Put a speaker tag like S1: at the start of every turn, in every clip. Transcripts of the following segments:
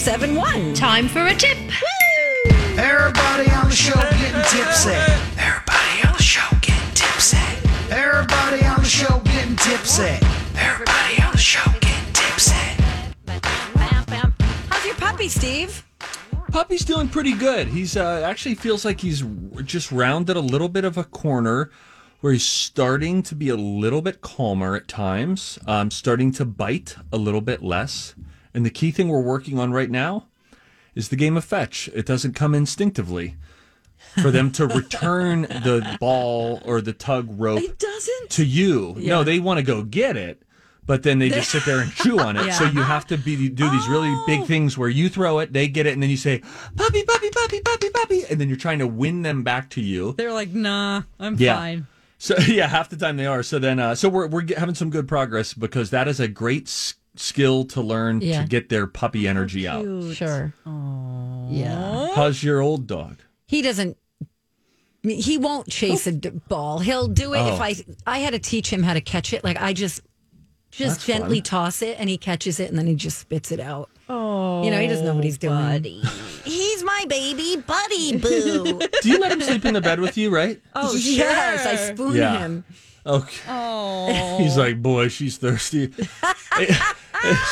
S1: 7 1.
S2: Time for a tip.
S3: Everybody on the show getting tipsy. Everybody on the show getting tipsy. Everybody on the show getting tipsy. Everybody on the show getting tipsy.
S1: How's your puppy, Steve?
S4: Puppy's doing pretty good. He's uh, actually feels like he's r- just rounded a little bit of a corner where he's starting to be a little bit calmer at times, um, starting to bite a little bit less. And the key thing we're working on right now is the game of fetch. It doesn't come instinctively for them to return the ball or the tug rope
S1: It doesn't.
S4: to you. No, they want to go get it, but then they just sit there and chew on it. So you have to be do these really
S2: Oh.
S4: big things where you throw it, they get it, and then you say, puppy, puppy, puppy, puppy, puppy. And then you're trying to win them back to you.
S2: They're like, nah, I'm fine.
S4: So yeah, half the time they are. So then, uh, so we're we're having some good progress because that is a great s- skill to learn
S2: Yeah.
S4: to get their puppy energy out.
S2: Sure. Yeah.
S4: How's your old dog?
S2: He doesn't. He won't chase a d- ball. He'll do it
S4: Oh.
S2: if I. I had to teach him how to catch it. Like I just, just gently toss it, and he catches it, and then he just spits it out. Oh, you know, he doesn't know what he's doing.
S1: He's my baby buddy boo.
S4: Do you let him sleep in the bed with you? Right?
S2: Oh, yes, I spoon
S4: Yeah.
S2: him.
S4: Okay. He's like, boy, she's thirsty.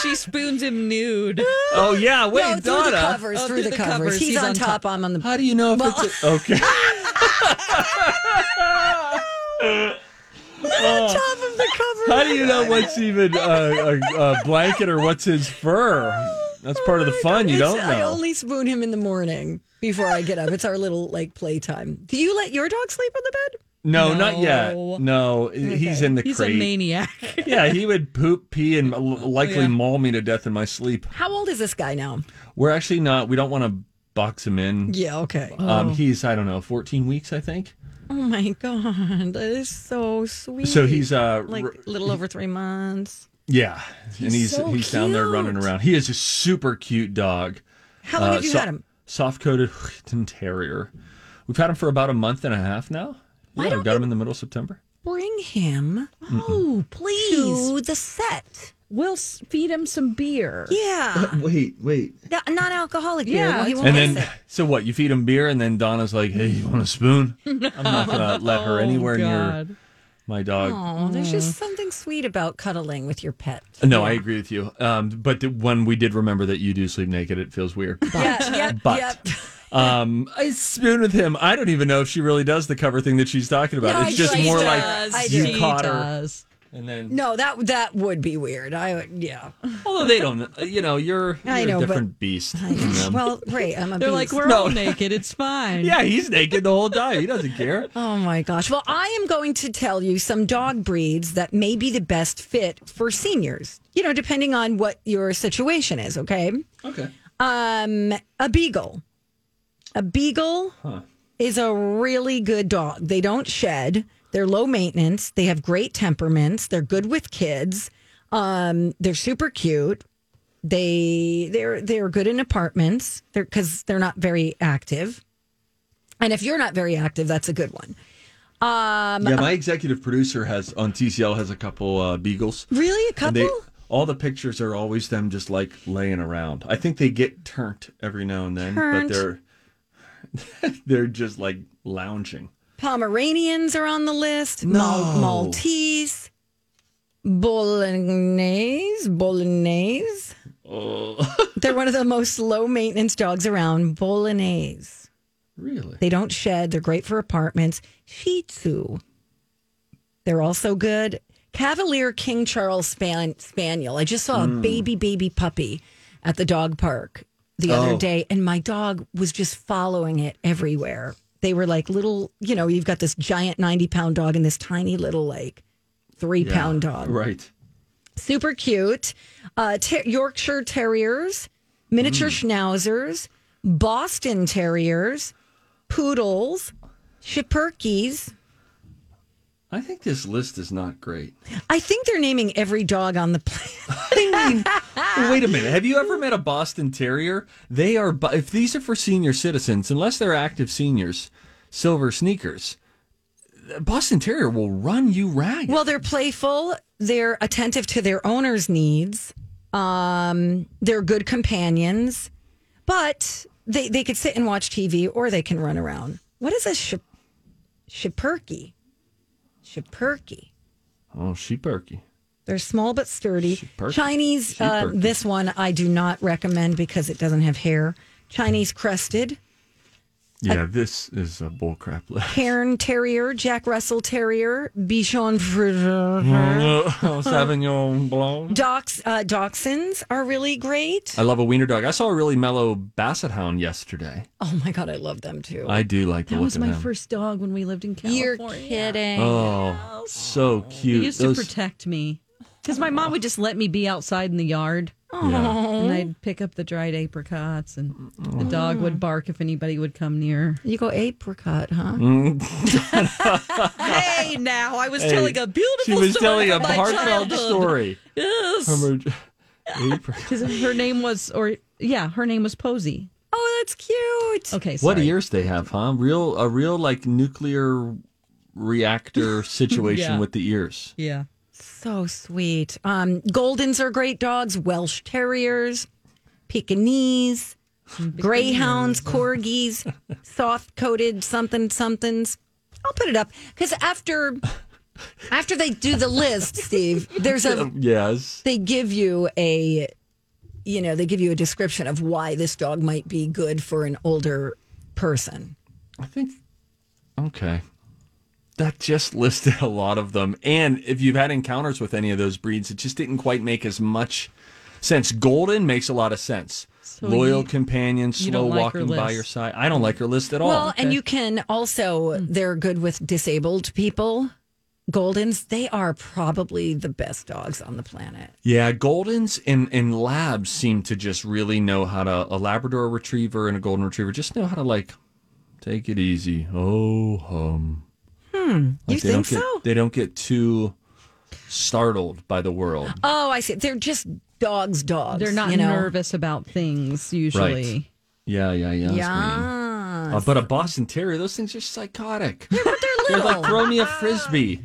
S5: She spoons him nude.
S4: oh yeah, wait,
S2: No, through the
S4: Donna. Oh,
S2: covers, Oh, through the, covers. He's, on top. I'm on the.
S4: How do you know if it's a- okay?
S2: top of the cover.
S4: How do you know what's even uh, a, a blanket or what's his fur? That's part
S2: Oh
S4: of the fun. You don't know.
S2: I only spoon him in the morning before I get up. It's our little like playtime. Do you let your dog sleep on the bed?
S4: No, not yet.
S5: No.
S4: No, he's in the
S5: He's a
S4: crate.
S5: maniac.
S4: yeah, he would poop, pee, and l-
S2: Oh,
S4: likely maul me to death in my sleep.
S2: How old is this guy now?
S4: We're actually not. We don't want to box him in.
S2: Yeah, okay.
S4: Um, he's I don't know, fourteen weeks, I think.
S5: Oh my god, that is so sweet.
S4: So he's uh,
S5: like
S4: r-
S5: a little over three months.
S4: yeah, and he's he's down there running around. He is a super cute dog.
S2: How long
S4: Uh,
S2: have you
S4: so-
S2: had him?
S4: Soft-coated Wheaton Terrier. We've had him for about a month and a half now. Yeah, we got him in the middle of September.
S2: Bring him
S1: oh, please. To the set.
S5: We'll s- feed him some beer.
S1: Yeah.
S4: Uh, Wait, wait.
S1: Non alcoholic beer.
S5: Yeah,
S1: Well, he
S5: it's
S1: won't
S4: And
S1: miss
S4: then, so what? You feed him beer, and then Donna's like, "Hey, you want a spoon?" I'm not gonna let her anywhere near my dog.
S2: Oh, there's just something sweet about cuddling with your pet.
S4: Uh, No, I agree with you. Um, but the, when we did remember that you do sleep naked, it feels weird.
S2: Yeah, yeah,
S4: But um, I spoon with him. I don't even know if she really does the cover thing that she's talking about.
S2: No,
S4: it's
S2: I
S4: just
S2: do.
S4: more
S2: She
S4: like
S2: does. I
S4: you
S2: do.
S4: caught her, and then
S2: No, that that would be weird. I would, yeah.
S4: although they don't, you know, you're, you're
S2: I know,
S4: a
S2: but-
S4: different beast. than them.
S2: Well, great. I'm a
S5: They're like,
S2: beast.
S5: we're
S4: No.
S5: all naked. It's fine.
S4: yeah, he's naked the whole time. He doesn't care.
S2: Oh my gosh. Well, I am going to tell you some dog breeds that may be the best fit for seniors, you know, depending on what your situation is, okay?
S4: Okay.
S2: Um, a beagle. A beagle is a really good dog. They don't shed. They're low maintenance. They have great temperaments. They're good with kids. Um, they're super cute. They they're they're good in apartments. They're because they're not very active. And if you're not very active, that's a good one. Um,
S4: yeah, my executive producer has on TCL has a couple uh, beagles.
S2: Really, a couple?
S4: And they, all the pictures are always them just like laying around. I think they get turned every now and then,
S2: Turnt.
S4: but they're they're just like lounging.
S2: Pomeranians are on the list. Mal-
S4: No.
S2: Maltese, Bolognese, Bolognese. They're one of the most low maintenance dogs around, Bolognese.
S4: Really?
S2: They don't shed. They're great for apartments. Shih Tzu. They're also good. Cavalier King Charles Span- Spaniel. I just saw
S4: Hmm.
S2: a baby, baby puppy at the dog park the other
S4: Oh.
S2: day, and my dog was just following it everywhere. They were like little, you know, you've got this giant 90 pound dog and this tiny little, like, three
S4: Yeah.
S2: pound dog
S4: Right.
S2: super cute. Uh, ter- Yorkshire Terriers, miniature Schnauzers, Boston Terriers, poodles, Schipperkes.
S4: I think this list is not great.
S2: I think they're naming every dog on the planet. Ah.
S4: Wait a minute. Have you ever met a Boston Terrier? They are, bu- if these are for senior citizens, unless they're active seniors, silver sneakers, a Boston Terrier will run you ragged.
S2: well, they're playful. They're attentive to their owner's needs. Um, they're good companions, but they, they could sit and watch TV or they can run around. What is a Schip- Schipperke? Schipperke.
S4: oh, sheep perky.
S2: They're small but sturdy.
S4: Sheep turkey.
S2: Chinese,
S4: Sheep
S2: uh,
S4: turkey.
S2: this one I do not recommend because it doesn't have hair. Chinese crested,
S4: Yeah, this is a bullcrap list.
S2: Cairn Terrier, Jack Russell Terrier, Bichon Frise.
S4: Oh, Sauvignon Blanc.
S2: Dox, uh, dachshunds are really great.
S4: I love a wiener dog. I saw a really mellow basset hound yesterday.
S2: Oh my God, I love them too.
S4: I do like the
S5: That
S4: look
S5: was
S4: of
S5: my
S4: him.
S5: first dog when we lived in
S2: You're
S5: California.
S2: kidding.
S4: Oh, so
S5: He
S4: cute.
S5: used
S4: Those-
S5: to protect me because my mom would just let me be outside in the yard.
S4: yeah.
S5: And I'd pick up the dried apricots, and the dog would bark if anybody would come near.
S2: You go apricot, huh?
S5: hey, now I was
S4: Hey,
S5: telling a
S4: She
S5: beautiful
S4: was
S5: story
S4: telling a
S5: about my
S4: heartfelt
S5: childhood.
S4: story.
S5: Yes,
S4: From her- April.
S5: 'Cause her name was, or yeah, her name was Posey.
S2: Oh, that's cute.
S5: Okay,
S4: What
S5: sorry.
S4: ears they have, huh? Real a real like nuclear reactor situation
S5: Yeah.
S4: with the ears.
S5: Yeah,
S2: So sweet. Um, Goldens are great dogs. Welsh Terriers, Pekingese, Greyhounds, Corgis, soft coated something somethings. I'll put it up because after after they do the list, Steve, there's a
S4: Yes.
S2: they give you a you know they give you a description of why this dog might be good for an older person.
S4: I think okay. That just listed a lot of them. And if you've had encounters with any of those breeds, it just didn't quite make as much sense. Golden makes a lot of sense. Loyal companion,
S5: you
S4: slow
S5: don't like her
S4: walking by
S5: list.
S4: your side. I don't like her list at all.
S2: Well, and you can also, they're good with disabled people. Goldens, they are probably the best dogs on the planet.
S4: Yeah, Goldens and, and Labs seem to just really know how to, a Labrador retriever and a Golden retriever just know how to like take it easy. Oh, hum. Hmm.
S2: you
S4: they don't
S2: think
S4: get,
S2: so?
S4: They don't get too startled by the world.
S2: Oh, I see. They're just dogs, dogs.
S5: they're not
S2: you know?
S5: nervous about things usually.
S4: Yeah, yeah, yeah. that's what I mean.
S2: Yeah.
S4: Uh, but a Boston Terrier, those things are psychotic.
S2: But they're
S4: They're
S2: little.
S4: like, throw me a frisbee.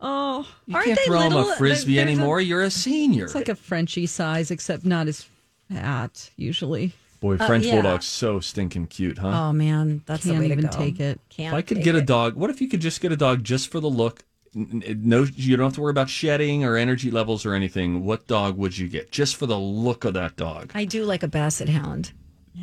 S5: Oh,
S4: You
S5: aren't
S4: can't
S5: they
S4: throw 'em
S5: little?
S4: a frisbee
S5: There's a-
S4: anymore. You're a senior.
S5: It's like a Frenchie size, except not as fat usually.
S4: Boy, French
S2: uh, yeah.
S4: Bulldog's so stinking cute, huh?
S2: oh, man. That's
S5: Can't
S2: the way to
S5: even
S2: go.
S5: take it.
S2: Can't
S4: If I could
S2: take
S4: get a
S2: it.
S4: dog, what if you could just get a dog just for the look? N- n- No, you don't have to worry about shedding or energy levels or anything. What dog would you get just for the look of that dog?
S2: I do like a basset hound.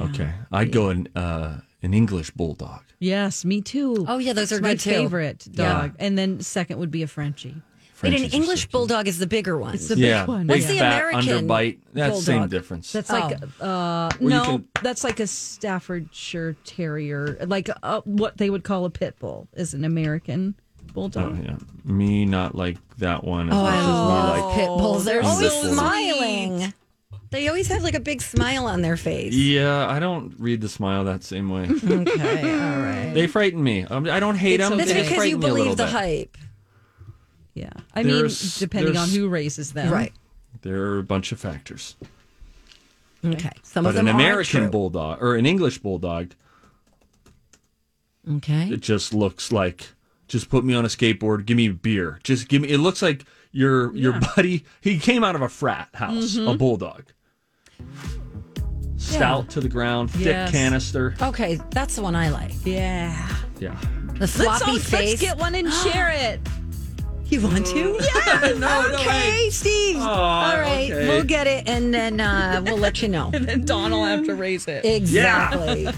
S4: Okay, I'd go an uh, an English bulldog.
S5: Yes, me too.
S2: Oh, yeah, those
S5: It's
S2: are
S5: my
S2: good too.
S5: favorite dog. And then second would be a Frenchie.
S2: But
S4: Frenchies
S2: an
S4: are so
S2: English
S4: cute.
S2: bulldog is the bigger one.
S5: It's the
S4: yeah,
S5: big one.
S4: big
S2: What's the
S4: fat
S2: American
S4: underbite. That's same
S2: bulldog?
S4: difference.
S5: That's like
S2: Oh.
S5: uh
S4: Well, you
S5: no,
S4: can-
S5: that's like a Staffordshire Terrier, like uh, what they would call a pit bull is an American bulldog.
S4: oh, yeah, me not like that one. as
S2: oh,
S4: much
S2: I
S4: as we
S2: love
S4: like-
S2: pit bulls. They're
S4: English
S2: always
S4: bulls.
S2: smiling. They always have like a big smile on their face.
S4: Yeah, I don't read the smile that same way.
S2: Okay, all right.
S4: they frighten me. Um, I don't hate
S5: It's
S4: them.
S5: okay.
S2: That's
S4: They just
S2: because you
S4: frighten me a little
S2: believe the
S4: bit.
S2: hype.
S5: Yeah, I mean,
S4: There's-
S5: depending on
S4: there's-
S5: who raises them,
S2: Right.
S4: There are a bunch of factors.
S2: Okay. Some of
S4: But
S2: them
S4: an
S2: aren't
S4: American
S2: true.
S4: bulldog or an English bulldog,
S2: Okay.
S4: it just looks like just put me on a skateboard, give me beer. Just give me it looks like your your buddy he came out of a frat house,
S2: Mm-hmm.
S4: a bulldog. Stout to the ground,
S5: Yes.
S4: thick canister.
S2: Okay, that's the one I like.
S5: Yeah,
S4: Yeah.
S2: The
S5: let's, all,
S2: floppy
S5: let's
S2: face.
S5: get one and share it.
S2: You want to?
S4: no, no,
S2: Okay,
S4: wait.
S2: Steve. Mm. All right,
S4: okay.
S2: we'll get it and then uh, we'll let you know.
S5: Then Don will have to raise it.
S2: Exactly.